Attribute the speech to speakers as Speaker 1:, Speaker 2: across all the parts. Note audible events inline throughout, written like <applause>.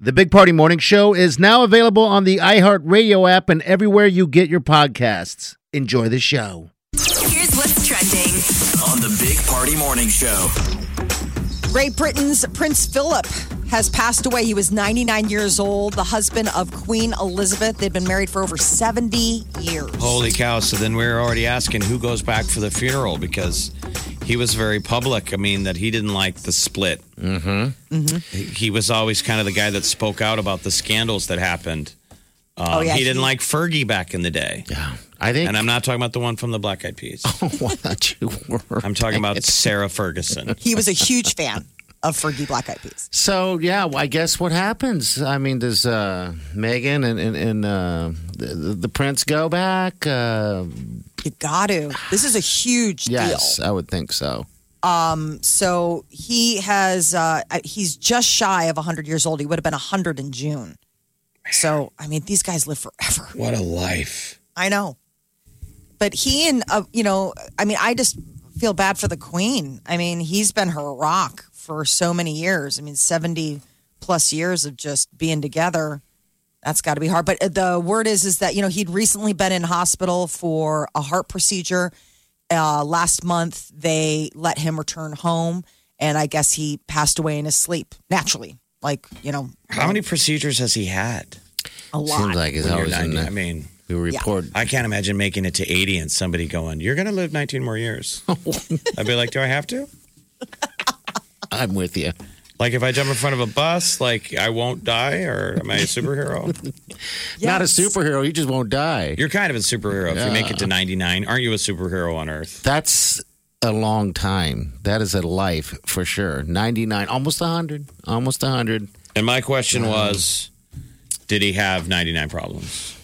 Speaker 1: The Big Party Morning Show is now available on the iHeartRadio app and everywhere you get your podcasts. Enjoy the show.
Speaker 2: Here's what's trending.
Speaker 3: on the Big Party Morning Show.
Speaker 4: Great Britain's Prince Philip has passed away. He was 99 years old, the husband of Queen Elizabeth. They'd been married for over 70 years.
Speaker 5: Holy cow. So then we were already asking who goes back for the funeral because he was very public. I mean, that he didn't like the split. Mm-hmm. Mm-hmm. He was always kind of the guy that spoke out about the scandals that happened. Um,
Speaker 4: Oh, yeah,
Speaker 5: he didn't
Speaker 4: he-
Speaker 5: like Fergie back in the day.
Speaker 1: I think
Speaker 5: And I'm not talking about the one from the Black
Speaker 4: <laughs>
Speaker 5: Eyed Peas.
Speaker 4: Oh,
Speaker 1: <laughs> what you were.
Speaker 5: I'm talking about Sarah Ferguson.
Speaker 4: He was a huge fan of Fergie Black Eyed Peas.
Speaker 1: So yeah, well, I guess what happens? I mean, does uh, Megan and and, and uh, the, the prince go back? Uh,
Speaker 4: You got to. This is a huge
Speaker 1: yes,
Speaker 4: deal.
Speaker 1: I would think so.
Speaker 4: Um, So he has, uh, he's just shy of 100 years old. He would have been 100 in June. So, I mean, these guys live forever.
Speaker 5: What a life.
Speaker 4: I know. But he and, uh, you know, I mean, I just feel bad for the queen. I mean, he's been her rock for so many years. I mean, 70 plus years of just being together. That's got to be hard. But uh, the word is, is that, you know, he'd recently been in hospital for a heart procedure. Uh, last month, they let him return home. And I guess he passed away in his sleep naturally. Like, you know,
Speaker 5: How many procedures has he had?
Speaker 4: a lot.
Speaker 1: Seems like it's
Speaker 5: when you're
Speaker 1: always in
Speaker 5: 90? I
Speaker 1: the
Speaker 5: mean,
Speaker 1: the report.
Speaker 5: I can't imagine making it to 80 and somebody going, You're going to live 19
Speaker 4: <laughs>
Speaker 5: more years. I'd be like, Do I have to?
Speaker 1: I'm with you.
Speaker 5: Like if I jump in front of a bus, like I won't die, or am I a superhero?
Speaker 1: Not a
Speaker 4: Yes.
Speaker 1: superhero. You just won't die.
Speaker 5: You're kind of a superhero if you make it to 99. Aren't you a superhero on Earth?
Speaker 1: That's a long time. That is a life for sure. Ninety nine, almost hundred, almost hundred.
Speaker 5: And my question was, did he have 99 problems?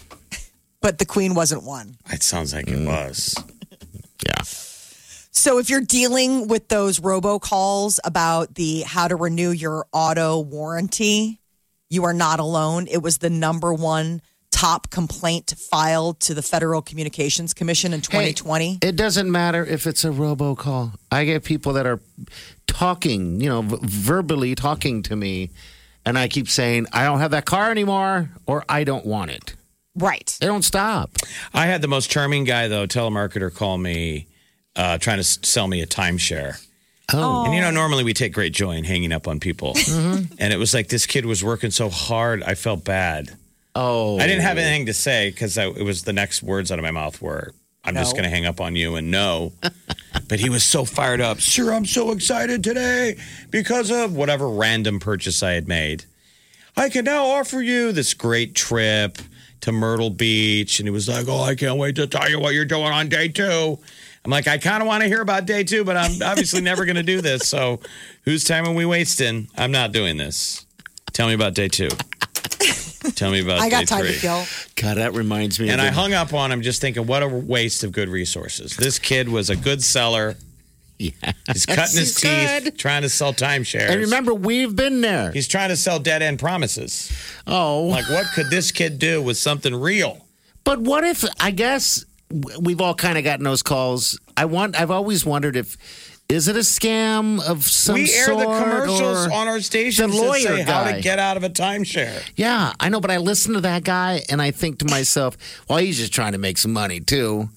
Speaker 4: But the queen wasn't one.
Speaker 5: It sounds like it was.
Speaker 1: Yeah.
Speaker 4: So if you're dealing with those robocalls about the how to renew your auto warranty, you are not alone. It was the number one top complaint filed to the Federal Communications Commission in 2020.
Speaker 1: It doesn't matter if it's a robocall. I get people that are talking, you know, v- verbally talking to me, and I keep saying, I don't have that car anymore, or I don't want it.
Speaker 4: Right.
Speaker 1: They don't stop.
Speaker 5: I had the most charming guy though, telemarketer, call me uh, trying to s- sell me a timeshare.
Speaker 1: Oh.
Speaker 5: And you know, normally we take great joy in hanging up on people, and it was like this kid was working so hard, I felt bad.
Speaker 1: Oh.
Speaker 5: I didn't have anything to say because it was the next words out of my mouth were, I'm just
Speaker 4: No.
Speaker 5: going to hang up on you and no. but he was so fired up. Sir, I'm so excited today because of whatever random purchase I had made. I can now offer you this great trip to Myrtle Beach. And he was like, Oh, I can't wait to tell you what you're doing on day two. I'm like, I kind of want to hear about day two, but I'm obviously never going to do this. So whose time are we wasting? I'm not doing this. Tell me about day two. Tell me about
Speaker 4: I got
Speaker 5: day
Speaker 4: time
Speaker 5: three.
Speaker 4: to kill.
Speaker 1: God, that reminds me.
Speaker 5: And
Speaker 1: of
Speaker 5: I
Speaker 1: the-
Speaker 5: hung up on him just thinking, what a waste of good resources. This kid was a good seller.
Speaker 1: Yeah.
Speaker 5: He's cutting
Speaker 1: He's
Speaker 5: his teeth,
Speaker 1: good.
Speaker 5: trying to sell timeshares.
Speaker 1: And remember, we've been there.
Speaker 5: he's trying to sell dead end promises.
Speaker 1: Oh.
Speaker 5: Like, what could this kid do with something real?
Speaker 1: But what if I guess w- we've all kind of gotten those calls. I want. I've always wondered if is it a scam of some
Speaker 5: we air
Speaker 1: sort?
Speaker 5: the commercials
Speaker 1: or-
Speaker 5: on our stations
Speaker 1: the
Speaker 5: that say
Speaker 1: lawyer
Speaker 5: how to
Speaker 1: guy.
Speaker 5: get out of a timeshare.
Speaker 1: Yeah, I know, but I listen to that guy and I think to myself, well, he's just trying to make some money too.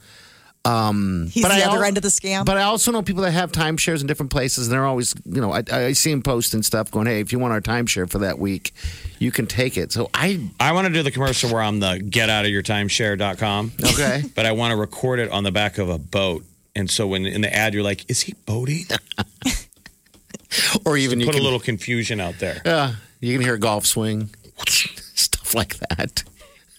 Speaker 4: He's
Speaker 1: But
Speaker 4: the
Speaker 1: I
Speaker 4: other
Speaker 1: al-
Speaker 4: end of the scam.
Speaker 1: But I also know people that have timeshares in different places, and they're always, you know, I, I see him posting stuff going, hey, if you want our timeshare for that week, you can take it. So I,
Speaker 5: I want to do the commercial where I'm the get out of your timeshare.com.
Speaker 1: okay.
Speaker 5: <laughs> But I want to record it on the back of a boat. And so when in the ad, you're like, is he boating?
Speaker 1: or even you
Speaker 5: Put
Speaker 1: can,
Speaker 5: a little confusion out there.
Speaker 1: uh, you can hear a golf swing, <laughs> stuff like that.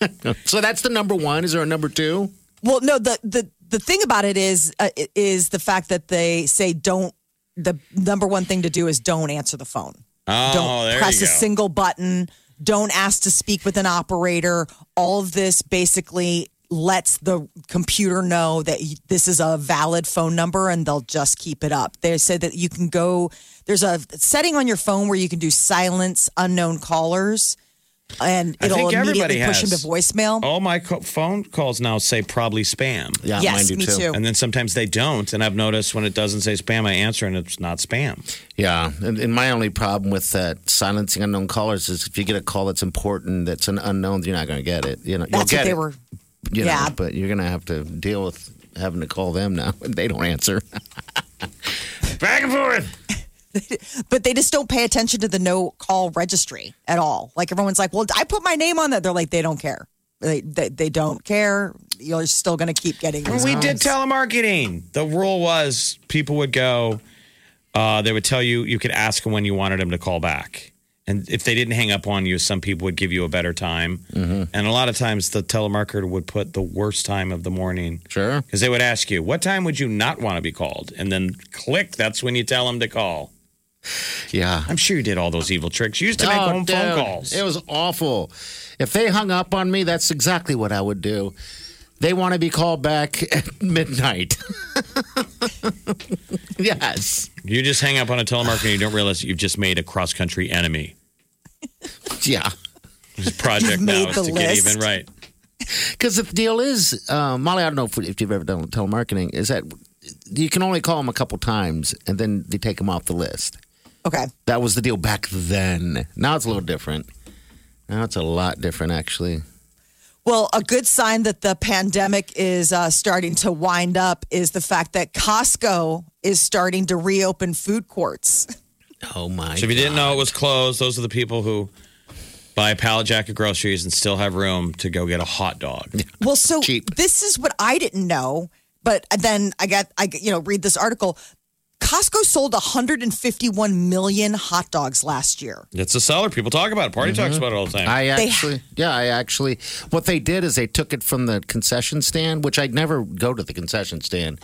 Speaker 1: <laughs> so that's the number one. Is there a number two?
Speaker 4: Well, no, the the the thing about it is uh, is the fact that they say don't. The number one thing to do is don't answer the phone.
Speaker 5: Oh,
Speaker 4: don't
Speaker 5: there
Speaker 4: press
Speaker 5: you
Speaker 4: a
Speaker 5: go.
Speaker 4: single button. don't ask to speak with an operator. All of this basically lets the computer know that y- this is a valid phone number and they'll just keep it up. They said that you can go, there's a setting on your phone where you can do silence unknown callers and
Speaker 5: I
Speaker 4: it'll
Speaker 5: think
Speaker 4: immediately
Speaker 5: everybody
Speaker 4: push them
Speaker 5: has. Oh,
Speaker 4: to voicemail.
Speaker 5: All my co- phone calls now say probably spam.
Speaker 1: Yeah,
Speaker 4: yes,
Speaker 1: mine do
Speaker 4: me too.
Speaker 5: And then sometimes they don't. And I've noticed when it doesn't say spam, I answer and it's not spam.
Speaker 1: Yeah, and, and my only problem with that silencing unknown callers is if you get a call that's important, that's an unknown, you're not going to get it. You know, you'll
Speaker 4: That's
Speaker 1: get
Speaker 4: what they
Speaker 1: it,
Speaker 4: were.
Speaker 1: you know,
Speaker 4: yeah.
Speaker 1: but you're going to have to deal with having to call them now, and they don't answer. <laughs> Back and forth.
Speaker 4: but they just don't pay attention to the no call registry at all. Like everyone's like, well, I put my name on that. They're like, they don't care. They they, they don't care. You're still going to keep getting.
Speaker 5: Well,
Speaker 4: these
Speaker 5: we
Speaker 4: calls.
Speaker 5: did telemarketing. The rule was people would go, uh, they would tell you, you could ask them when you wanted them to call back. And if they didn't hang up on you, some people would give you a better time. And a lot of times the telemarketer would put the worst time of the morning
Speaker 1: Sure.
Speaker 5: because they would ask you, what time would you not want to be called? And then click, that's when you tell them to call.
Speaker 1: Yeah.
Speaker 5: I'm sure you did all those evil tricks. You used to make
Speaker 1: Oh,
Speaker 5: home
Speaker 1: dude,
Speaker 5: phone calls.
Speaker 1: It was awful. If they hung up on me, that's exactly what I would do. They want to be called back <laughs> at midnight. <laughs> yes.
Speaker 5: You just hang up on a telemarketer and you don't realize that you've just made a cross country enemy.
Speaker 1: Yeah. <laughs>
Speaker 5: This project
Speaker 4: You've
Speaker 5: now
Speaker 4: made
Speaker 5: is
Speaker 4: the
Speaker 5: to get
Speaker 4: list.
Speaker 5: even right.
Speaker 1: Because the deal is, uh, Molly, I don't know if, if you've ever done telemarketing, is that you can only call them a couple times and then they take them off the list.
Speaker 4: Okay.
Speaker 1: That was the deal back then. Now it's a little different. Now it's a lot different, actually.
Speaker 4: Well, a good sign that the pandemic is uh, starting to wind up is the fact that Costco is starting to reopen food courts.
Speaker 1: Oh, my.
Speaker 5: So if you didn't know it was closed, those are the people who buy a pallet jack of groceries and still have room to go get a hot dog.
Speaker 4: Well, so
Speaker 1: Cheap.
Speaker 4: this is what I didn't know, but then I got I you know read this article. Costco sold 151 million hot dogs last year.
Speaker 5: It's a seller. People talk about it. Party talks about it all the time.
Speaker 1: I
Speaker 4: They-
Speaker 1: actually, yeah, I actually, what they did is they took it from the concession stand, which I'd never go to the concession stand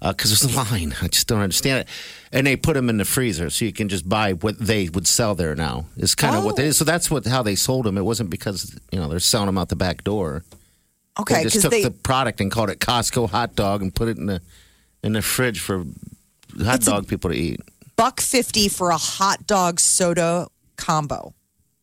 Speaker 1: because there's a line. I just don't understand it. And they put them in the freezer so you can just buy what they would sell there now. Is kind of
Speaker 4: Oh.
Speaker 1: what they So that's what how they sold them. It wasn't because you know they're selling them out the back door.
Speaker 4: Okay,
Speaker 1: they just
Speaker 4: because
Speaker 1: took
Speaker 4: they
Speaker 1: the product and called it Costco hot dog and put it in the in the fridge for hot dog people to eat.
Speaker 4: buck 50 for a hot dog soda combo.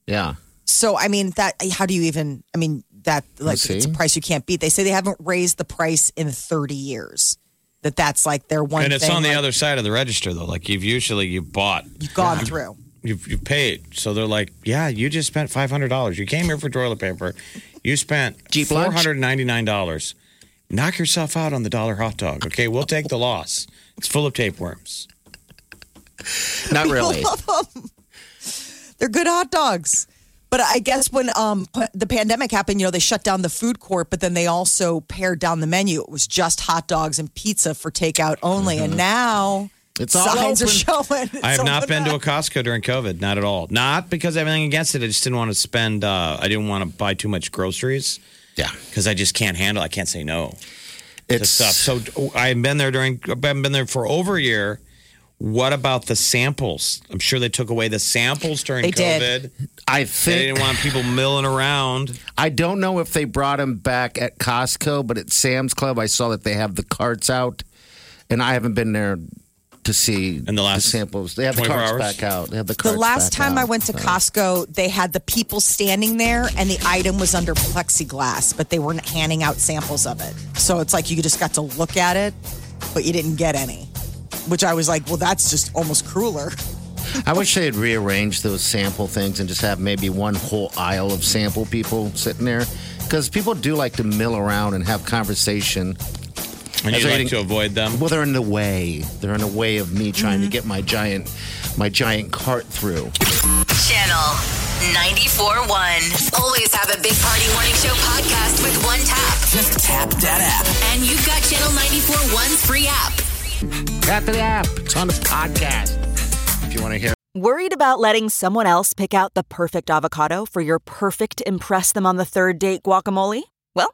Speaker 1: Yeah.
Speaker 4: So I mean that how do you even I mean that like
Speaker 1: see.
Speaker 4: it's a price you can't beat. They say they haven't raised the price in 30 years. That that's like their one
Speaker 5: and it's
Speaker 4: thing,
Speaker 5: on the
Speaker 4: like,
Speaker 5: other side of the register though. Like you've usually you bought,
Speaker 4: you've gone through.
Speaker 5: you've, you've paid. So they're like, yeah, you just spent five hundred dollars. You came here for toilet paper. You spent
Speaker 1: Cheap
Speaker 5: four
Speaker 1: lunch?
Speaker 5: hundred ninety nine dollars. Knock yourself out on the dollar hot dog. Okay, we'll take the loss. It's full of tapeworms.
Speaker 4: <laughs>
Speaker 1: Not <laughs> really.
Speaker 4: They're good hot dogs. But I guess when um, p- the pandemic happened, you know, they shut down the food court, but then they also pared down the menu. It was just hot dogs and pizza for takeout only.
Speaker 1: Mm-hmm.
Speaker 4: And now
Speaker 1: It's all
Speaker 4: signs are
Speaker 1: open.
Speaker 4: showing. it's
Speaker 5: I have not
Speaker 4: open
Speaker 5: been to a
Speaker 4: up.
Speaker 5: Costco during COVID, not at all. Not because I have anything against it. I just didn't want to spend. Uh, I didn't want to buy too much groceries
Speaker 1: Yeah.
Speaker 5: because I just can't handle. I can't say no to
Speaker 1: It's
Speaker 5: stuff. So I've been there during. I've been there for over a year. What about the samples? I'm sure they took away the samples during
Speaker 4: They
Speaker 5: COVID.
Speaker 4: did.
Speaker 1: I
Speaker 5: They
Speaker 1: think
Speaker 5: didn't want people milling around.
Speaker 1: I don't know if they brought them back at Costco, but at Sam's Club, I saw that they have the carts out, and I haven't been there to see
Speaker 5: In the last
Speaker 1: samples. They have the
Speaker 5: 24
Speaker 1: carts
Speaker 5: hours?
Speaker 1: back out. They have the
Speaker 4: The
Speaker 1: carts
Speaker 4: last
Speaker 1: back
Speaker 4: time I
Speaker 1: out.
Speaker 4: went to Costco, they had the people standing there and the item was under plexiglass, but they weren't handing out samples of it. So it's like you just got to look at it, but you didn't get any, which I was like, well, that's just almost
Speaker 5: <laughs>
Speaker 4: crueler.
Speaker 1: I wish they had rearranged those sample things and just have maybe one whole aisle of sample people sitting there, because people do like to mill around and have conversation.
Speaker 5: And
Speaker 1: That's
Speaker 5: you
Speaker 1: what I think-
Speaker 5: like to avoid them.
Speaker 1: Well, they're in the way. They're in the way of me trying
Speaker 4: Mm-hmm.
Speaker 1: to get my giant, my giant cart through.
Speaker 2: Channel 94.1. Always have a Big Party Morning Show podcast with one tap. Just
Speaker 3: Tap that app.
Speaker 2: And you've got Channel 94.1's free app.
Speaker 1: Tap the app. It's on the podcast. If you want to hear.
Speaker 6: Worried about letting someone else pick out the perfect avocado for your perfect Impress Them on the Third Date guacamole? Well,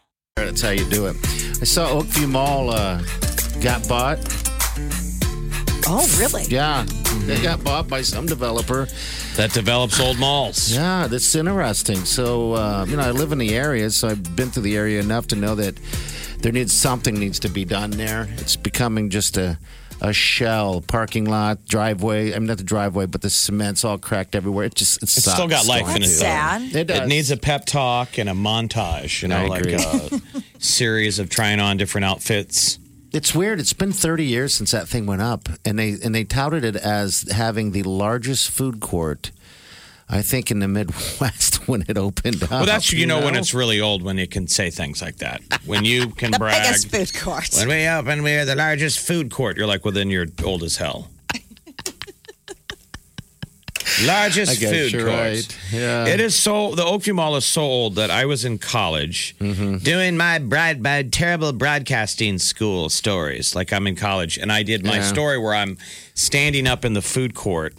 Speaker 1: That's how you do it. I saw Oakview Mall uh, got bought.
Speaker 4: Oh, really?
Speaker 1: Yeah, they got bought by some developer.
Speaker 5: That develops old malls.
Speaker 1: Yeah, that's interesting. So, uh, you know, I live in the area, so I've been through the area enough to know that there needs something needs to be done there. It's becoming just a a shell parking lot, driveway. I mean, not the driveway, but the cement's all cracked everywhere. It just it
Speaker 5: It's
Speaker 1: sucks.
Speaker 5: still got life in it.
Speaker 4: That's
Speaker 5: though.
Speaker 4: sad.
Speaker 1: It does.
Speaker 5: It needs a pep talk and a montage, you know,
Speaker 1: I
Speaker 5: like
Speaker 1: agree.
Speaker 5: a
Speaker 1: <laughs>
Speaker 5: series of trying on different outfits.
Speaker 1: It's weird. It's been 30 years since that thing went up, and they and they touted it as having the largest food court, I think, in the Midwest <laughs> when it opened up.
Speaker 5: Well, that's you know, when it's really old when you can say things like that. When you
Speaker 1: <laughs>
Speaker 5: can
Speaker 4: The
Speaker 5: brag.
Speaker 4: biggest food court.
Speaker 5: When we open, we are the largest food court. You're like, well, then you're old
Speaker 1: <laughs>
Speaker 5: as hell. largest
Speaker 1: I guess
Speaker 5: food
Speaker 1: you're
Speaker 5: court.
Speaker 1: right. Yeah.
Speaker 5: It is so, the Oakview Mall is so old that I was in college
Speaker 1: Mm-hmm.
Speaker 5: doing my, broad, my terrible broadcasting school stories. Like I'm in college, and I did my
Speaker 1: Yeah.
Speaker 5: story where I'm standing up in the food court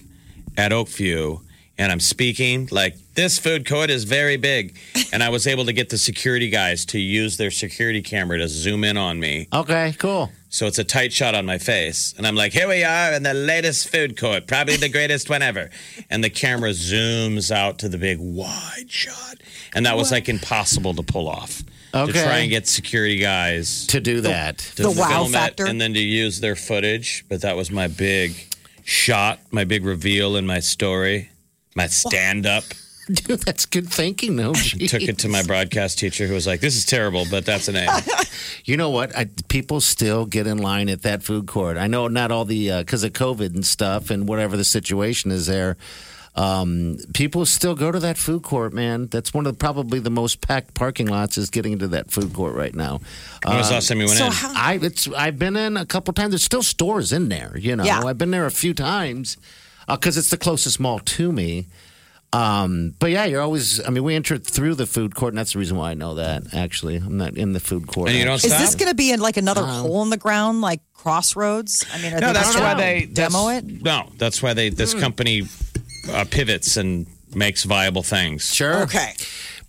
Speaker 5: at Oakview and I'm speaking like this food court is very big and I was able to get the security guys to use their security camera to zoom in on me
Speaker 1: okay, cool.
Speaker 5: so it's a tight shot on my face and I'm like here we are in the latest food court probably the greatest one ever and the camera zooms out to the big wide shot and that was like impossible to pull off to
Speaker 1: Okay.
Speaker 5: try and get security guys
Speaker 1: To do that, <laughs>
Speaker 5: to
Speaker 4: The wow
Speaker 5: film it
Speaker 4: factor.
Speaker 5: and then to use their footage. But that was my big shot, my big reveal in my story, my
Speaker 4: <laughs>
Speaker 5: stand up.
Speaker 1: dude, that's good thinking, though.
Speaker 5: <laughs> Took it to my broadcast teacher who was like, This is terrible, but
Speaker 4: <laughs>
Speaker 5: that's an A.
Speaker 1: You know what? I, people still get in line at that food court. I know not all the because of COVID and stuff and whatever the situation is there. Um, people still go to that food court, man. That's one of the, probably the most packed parking lots is getting into that food court right now.
Speaker 5: When was the last time you went
Speaker 4: So
Speaker 5: in?
Speaker 4: how-
Speaker 1: I it's I've been in a couple times. There's still stores in there, you know.
Speaker 4: Yeah.
Speaker 1: I've been there a few times because it's the closest mall to me. Um, but yeah, you're always. I mean, we entered through the food court, and that's the reason why I know that. Actually, I'm not in the food court.
Speaker 5: and you don't
Speaker 4: Is
Speaker 5: stop?
Speaker 4: this going to be in like another hole in the ground, like crossroads? I mean, are
Speaker 5: Um, no,
Speaker 4: they
Speaker 5: that's
Speaker 4: gonna
Speaker 5: why they
Speaker 4: demo
Speaker 5: that's-
Speaker 4: it.
Speaker 5: No, that's why they this company uh, pivots and makes viable things.
Speaker 1: sure
Speaker 4: Okay.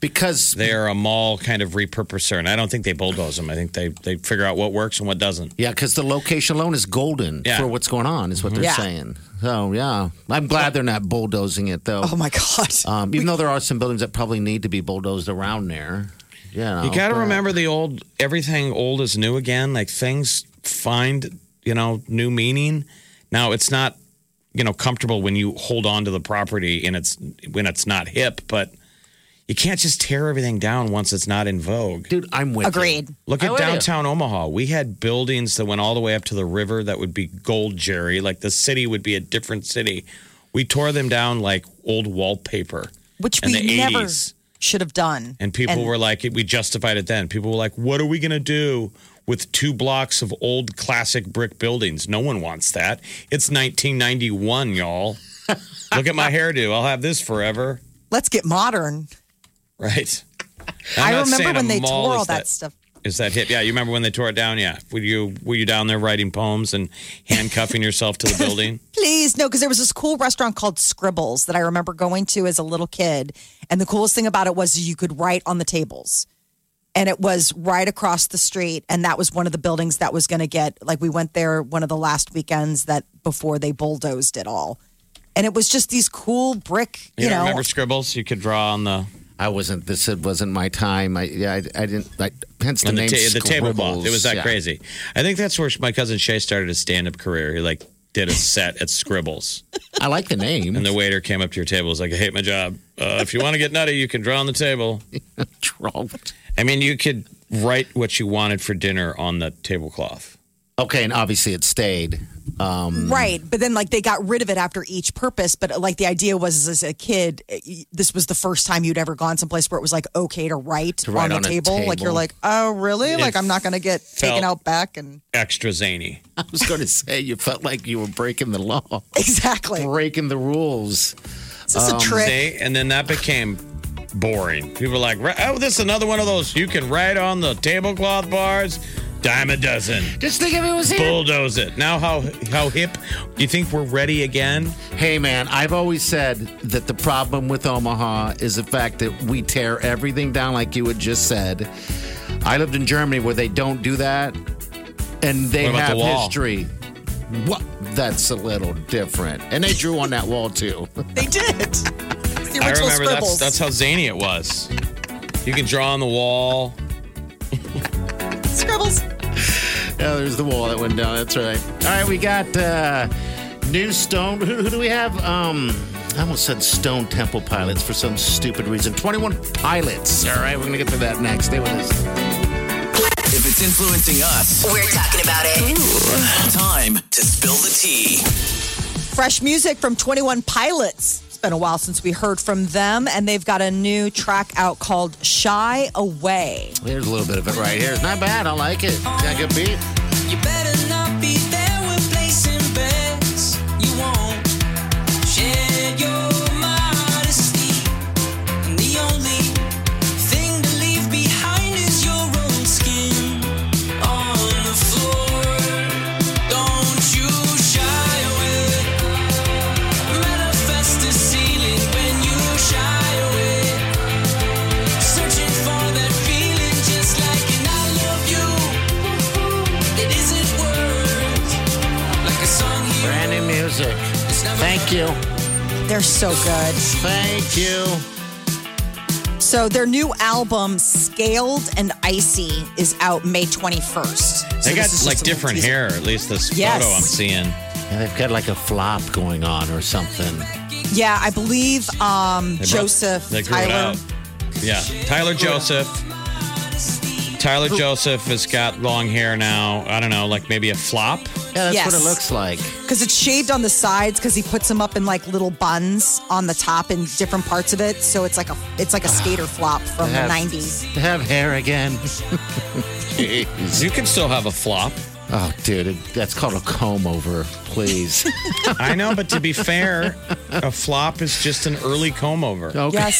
Speaker 1: because
Speaker 5: They are a mall kind of repurposer, and I don't think they bulldoze them. I think they, they figure out what works and what doesn't.
Speaker 1: Yeah, because the location alone is golden
Speaker 5: Yeah.
Speaker 1: for what's going on, is what they're
Speaker 4: Mm-hmm. Yeah.
Speaker 1: saying. So yeah, I'm glad they're not bulldozing it though.
Speaker 4: Oh my god.
Speaker 5: <laughs>
Speaker 1: um, even though there are some buildings that probably need to be bulldozed around there. Yeah,
Speaker 5: You got to
Speaker 1: but-
Speaker 5: remember the old, everything old is new again. Like things find, you know, new meaning. Now it's not, you know, comfortable when you hold on to the property and it's when it's not hip, but you can't just tear everything down once it's not in vogue.
Speaker 1: dude. I'm with you.
Speaker 4: Agreed.
Speaker 5: Look
Speaker 1: I
Speaker 5: at
Speaker 1: would.
Speaker 5: downtown Omaha. We had buildings that went all the way up to the river that would be gold, Jerry. Like the city would be a different city. We tore them down like old wallpaper.
Speaker 4: Which
Speaker 5: in
Speaker 4: we
Speaker 5: the
Speaker 4: never
Speaker 5: 80s.
Speaker 4: should have done.
Speaker 5: And people were like, we justified it then. People were like, what are we going to do with two blocks of old classic brick buildings? No one wants that. It's 1991, y'all. Look at my hairdo. I'll have this forever.
Speaker 4: let's get modern.
Speaker 5: Right.
Speaker 4: <laughs>
Speaker 5: I'm
Speaker 4: i
Speaker 5: not
Speaker 4: remember
Speaker 5: saying a
Speaker 4: when they
Speaker 5: mall
Speaker 4: tore all
Speaker 5: is
Speaker 4: that, stuff.
Speaker 5: Is that hip? Yeah, you remember when they tore it down? Yeah. Were you were you down there writing poems and handcuffing yourself to the
Speaker 1: <laughs>
Speaker 5: building?
Speaker 4: Please, no, because there was this cool restaurant called Scribbles that I remember going to as a little kid. And the coolest thing about it was you could write on the tables. And it was right across the street. And that was one of the buildings that was going to get, like, we went there one of the last weekends that before they bulldozed it all. And it was just these cool brick, you,
Speaker 5: You, don't
Speaker 4: know.
Speaker 5: remember scribbles? You could draw on the
Speaker 1: I wasn't. This it wasn't my time. I yeah. I, I didn't. I, hence the
Speaker 5: on the,
Speaker 1: name.
Speaker 5: ta- the tablecloth.
Speaker 1: Scribbles.
Speaker 5: It was that
Speaker 1: Yeah.
Speaker 5: crazy. I think that's where my cousin Shay started his stand up career. He like did a set at Scribbles,
Speaker 1: I like the name.
Speaker 5: and the waiter came up to your table. Was like, I hate my job. Uh, if you want to get nutty, you can draw on the table.
Speaker 1: Trolled.
Speaker 5: I mean, you could write what you wanted for dinner on the tablecloth.
Speaker 1: <laughs> Okay, and obviously it stayed. <laughs> Um,
Speaker 4: Right, but then like they got rid of it after each purpose. But like the idea was, is as a kid, eh, y- this was the first time you'd ever gone someplace where it was like okay to write,
Speaker 1: write
Speaker 4: on
Speaker 1: on
Speaker 4: the
Speaker 1: a
Speaker 4: table. Like
Speaker 1: table.
Speaker 4: you're like, oh really? like I'm not gonna get taken
Speaker 5: felt-
Speaker 4: out back and <laughs>
Speaker 5: Extra zany.
Speaker 1: I was going to say you felt like you were breaking the law,
Speaker 4: exactly.
Speaker 1: breaking the rules.
Speaker 4: Is this a trick?
Speaker 5: um, They, and then that became boring. People were like, oh, this is another one of those you can write on the tablecloth bars, dime a dozen.
Speaker 1: Just think if it was here.
Speaker 5: Bulldoze it. Now how how hip? You think we're ready again?
Speaker 1: Hey, man, I've always said that the problem with Omaha is the fact that we tear everything down, like you had just said. I lived in Germany where they don't do that, and they
Speaker 5: What about
Speaker 1: have
Speaker 5: the wall?
Speaker 1: history. What? That's a little different. And they drew on that wall, too. <laughs>
Speaker 4: They did. <laughs> It's the
Speaker 5: I
Speaker 4: original
Speaker 5: remember that's
Speaker 4: scribbles.
Speaker 5: that's how zany it was. You can draw on the wall.
Speaker 4: scribbles.
Speaker 1: Oh, there's the wall that went down. That's right. All right, we got uh, new Stone. Who, who do we have? Um, I almost said Stone Temple Pilots for some stupid reason. 21 Pilots. All right, we're going to get to that next. Stay with us.
Speaker 3: If it's influencing us,
Speaker 2: We're talking about it.
Speaker 3: time to spill the tea.
Speaker 4: Fresh music from 21 Pilots. It's been a while since we heard from them, and they've got a new track out called "Shy Away."
Speaker 1: There's a little bit of it right here. It's not bad. I like it. Got a good beat.
Speaker 7: You better not be there. We're placing bets. You won't share your modesty. And the only thing to leave behind is your own skin on the floor. Don't you shy away. Manifest the ceiling when you shy away. Searching for that feeling, just like an I love you. It isn't words like a song here.
Speaker 1: Brand new music. Thank you.
Speaker 4: They're so good.
Speaker 1: Thank you.
Speaker 4: So their new album, Scaled and Icy, is out May 21st. So
Speaker 5: They got
Speaker 4: this is
Speaker 5: like
Speaker 4: just a little
Speaker 5: different
Speaker 4: teaser.
Speaker 5: hair. At least this
Speaker 4: Yes.
Speaker 5: photo I'm seeing.
Speaker 1: Yeah, they've got like a flop going on or something.
Speaker 4: Yeah, I believe um,
Speaker 5: They brought-
Speaker 4: Joseph
Speaker 5: They grew it
Speaker 4: Tyler.
Speaker 5: out. Yeah, Tyler Joseph. Tyler Joseph has got long hair now. I don't know, like maybe a flop.
Speaker 1: Yeah, that's what
Speaker 4: Yes.
Speaker 1: it looks like.
Speaker 4: Because it's shaved on the sides because he puts them up in like little buns on the top in different parts of it. So it's like a it's like a
Speaker 5: Ah,
Speaker 4: skater flop from the
Speaker 1: Have-
Speaker 4: 90s.
Speaker 1: To have hair again.
Speaker 5: You can still have a flop.
Speaker 1: Oh, dude, it, that's called a comb over, please.
Speaker 5: I know, but to be fair, a flop is just an early comb over.
Speaker 4: Oh,
Speaker 1: Okay.
Speaker 4: <laughs>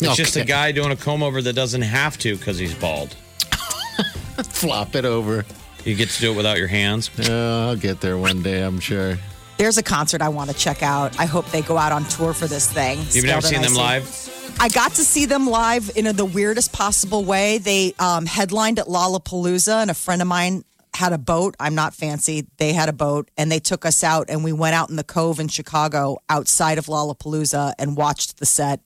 Speaker 4: Yes.
Speaker 5: It's just a
Speaker 1: Okay.
Speaker 5: guy doing a comb over that doesn't have to because he's bald.
Speaker 1: Flop it over.
Speaker 5: You get to do it without your hands.
Speaker 1: Oh, I'll get there one day, I'm sure.
Speaker 4: There's a concert I want to check out. I hope they go out on tour for this thing.
Speaker 5: You've never seen them live?
Speaker 4: I got to see them live in the weirdest possible way. They um, headlined at Lollapalooza, and a friend of mine had a boat. I'm not fancy. They had a boat, and they took us out, and we went out in the cove in Chicago outside of Lollapalooza and watched the set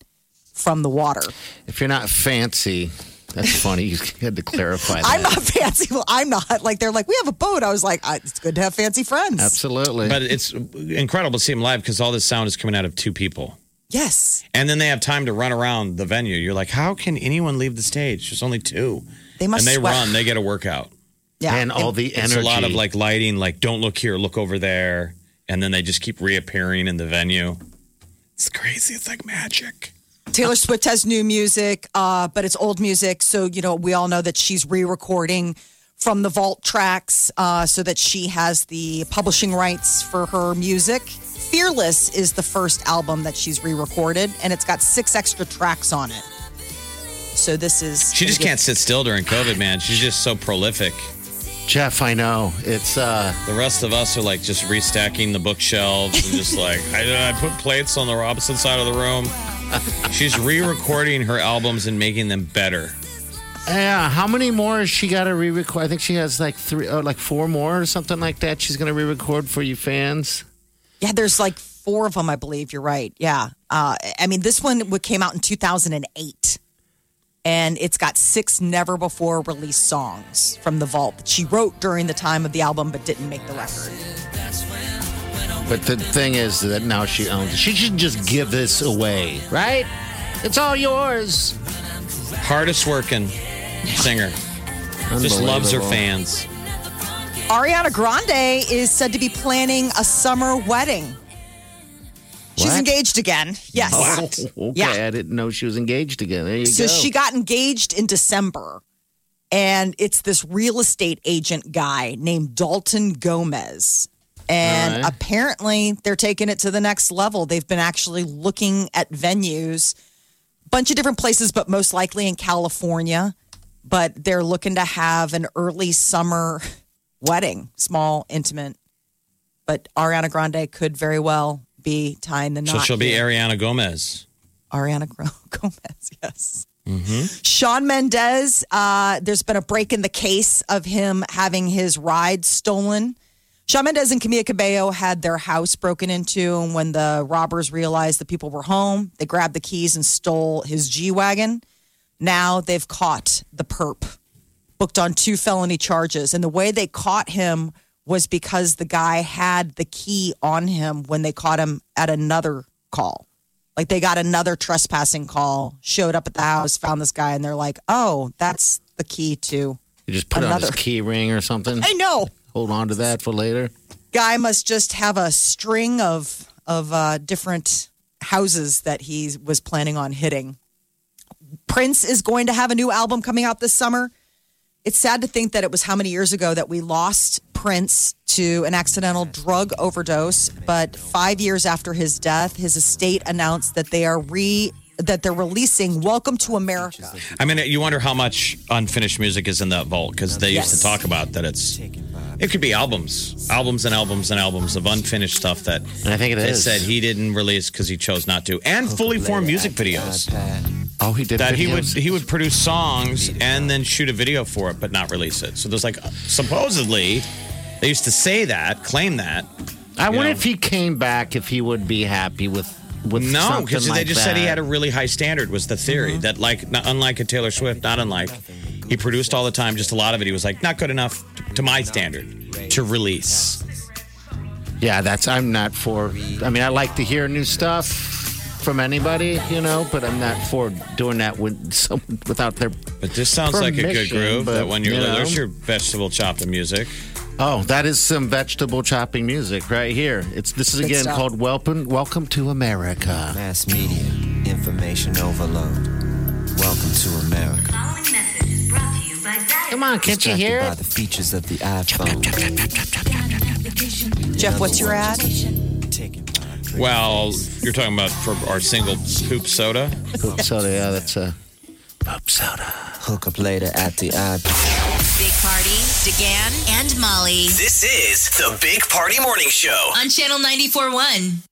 Speaker 4: from the water.
Speaker 1: If you're not fancy, that's funny. You had to clarify that.
Speaker 4: <laughs> I'm not fancy. Well, I'm not. Like, they're like, we have a boat. I was like, I, it's good to have fancy friends.
Speaker 1: Absolutely.
Speaker 5: But it's incredible to see them live because all this sound is coming out of two people.
Speaker 4: Yes.
Speaker 5: And then they have time to run around the venue. You're like, how can anyone leave the stage? There's only two.
Speaker 4: They must
Speaker 5: and they
Speaker 4: sweat.
Speaker 5: run, they get a workout.
Speaker 4: Yeah.
Speaker 1: and all the
Speaker 5: It's
Speaker 1: energy.
Speaker 5: a lot of like lighting, like don't look here, look over there. And then they just keep reappearing in the venue. It's crazy. It's like magic.
Speaker 4: Taylor Swift has new music, uh, but it's old music. So, you know, we all know that she's re recording from the vault tracks uh, so that she has the publishing rights for her music. Fearless is the first album that she's re recorded, and it's got six extra tracks on it. So, this is.
Speaker 5: She just can't sit still during COVID, man. She's just so prolific.
Speaker 1: Jeff, I know. It's uh
Speaker 5: The rest of us are like just restacking the bookshelves and just like I, I put plates on the opposite side of the room. She's re-recording her albums and making them better.
Speaker 1: yeah, how many more has she got to re-record? I think she has like three or like four more or something like that. She's going to re-record for you fans.
Speaker 4: Yeah, there's like four of them, I believe. You're right. Yeah. Uh, I mean, this one w- came out in 2008, and it's got six never before released songs from the vault that she wrote during the time of the album but didn't make the record.
Speaker 1: But the thing is that now she owns it. She should just give this away, right? It's all yours.
Speaker 5: Hardest working singer. Just loves her
Speaker 1: Unbelievable.
Speaker 5: fans.
Speaker 4: Ariana Grande is said to be planning a summer wedding. She's
Speaker 1: What?
Speaker 4: engaged again. Yes.
Speaker 1: <laughs> Oh, okay,
Speaker 4: Yeah.
Speaker 1: I didn't know she was engaged again. There you
Speaker 4: So
Speaker 1: go.
Speaker 4: she got engaged in December. And it's this real estate agent guy named Dalton Gomez. And
Speaker 1: All right.
Speaker 4: apparently they're taking it to the next level. They've been actually looking at venues, bunch of different places, but most likely in California. But they're looking to have an early summer wedding, small, intimate. But Ariana Grande could very well be tying the knot.
Speaker 5: So she'll be
Speaker 4: here.
Speaker 5: Ariana Gomez.
Speaker 4: Ariana Gro- <laughs> Gomez. Yes. Sean Mendez, uh, there's been a break in the case of him having his ride stolen. Sean Mendez and Camila Cabello had their house broken into, and when the robbers realized the people were home, they grabbed the keys and stole his G Wagon. Now they've caught the perp, booked on two felony charges. And the way they caught him was because the guy had the key on him when they caught him at another call. Like they got another trespassing call, showed up at the house, found this guy, and they're like, oh, that's the key to.
Speaker 1: You just put on
Speaker 4: Another.
Speaker 1: his key ring or something.
Speaker 4: I know.
Speaker 1: Hold on to that for later.
Speaker 4: Guy must just have a string of of uh, different houses that he was planning on hitting. Prince is going to have a new album coming out this summer. It's sad to think that it was how many years ago that we lost Prince to an accidental drug overdose, but 5 years after his death, his estate announced that they are re that they're releasing Welcome to America.
Speaker 5: I mean, you wonder how much unfinished music is in that vault because they used to
Speaker 4: Yes.
Speaker 5: talk about that. It's it could be albums, albums and albums and albums of unfinished stuff that
Speaker 1: And I think it
Speaker 5: they
Speaker 1: is.
Speaker 5: said he didn't release because he chose not to, and fully formed music videos
Speaker 1: Oh, he did
Speaker 5: that he would
Speaker 1: videos?
Speaker 5: he would produce songs and then shoot a video for it, but not release it. So there's like supposedly they used to say that, claim that.
Speaker 1: I
Speaker 5: you
Speaker 1: wonder
Speaker 5: know.
Speaker 1: if he came back if he would be happy with with
Speaker 5: No,
Speaker 1: something
Speaker 5: because they
Speaker 1: like
Speaker 5: just said he
Speaker 1: that. Mm-hmm.
Speaker 5: had a really high standard. Was the theory that like not, unlike a Taylor Swift, not unlike he produced all the time, just a lot of it. He was like not good enough t- to my standard to release.
Speaker 1: Yeah, that's I'm not for. I mean, I like to hear new stuff from anybody, you know, but I'm not for doing that with someone without their.
Speaker 5: But this sounds like a good
Speaker 1: Permission,
Speaker 5: groove. that
Speaker 1: but,
Speaker 5: when you're
Speaker 1: you know.
Speaker 5: there's your vegetable chopped in music.
Speaker 1: Oh, that is some vegetable chopping music right here. It's this is
Speaker 4: Good
Speaker 1: again
Speaker 4: stuff.
Speaker 1: called Welcome Welcome to America.
Speaker 7: Mass media, information overload. Welcome to America.
Speaker 2: Following message is brought to you by Diet.
Speaker 1: Come on, can't you
Speaker 7: Distracted
Speaker 1: hear
Speaker 7: by
Speaker 1: it?
Speaker 7: the features of the iPhone.
Speaker 4: Jeff, what's your ad?
Speaker 7: Taken by
Speaker 5: Well, you're talking about for our single poop soda.
Speaker 1: Poop soda, yeah, that's a poop soda.
Speaker 7: hook up later at the iPad.
Speaker 2: Big Party, DeGan, and Molly
Speaker 3: This is the Big Party Morning Show.
Speaker 2: on Channel 94.1.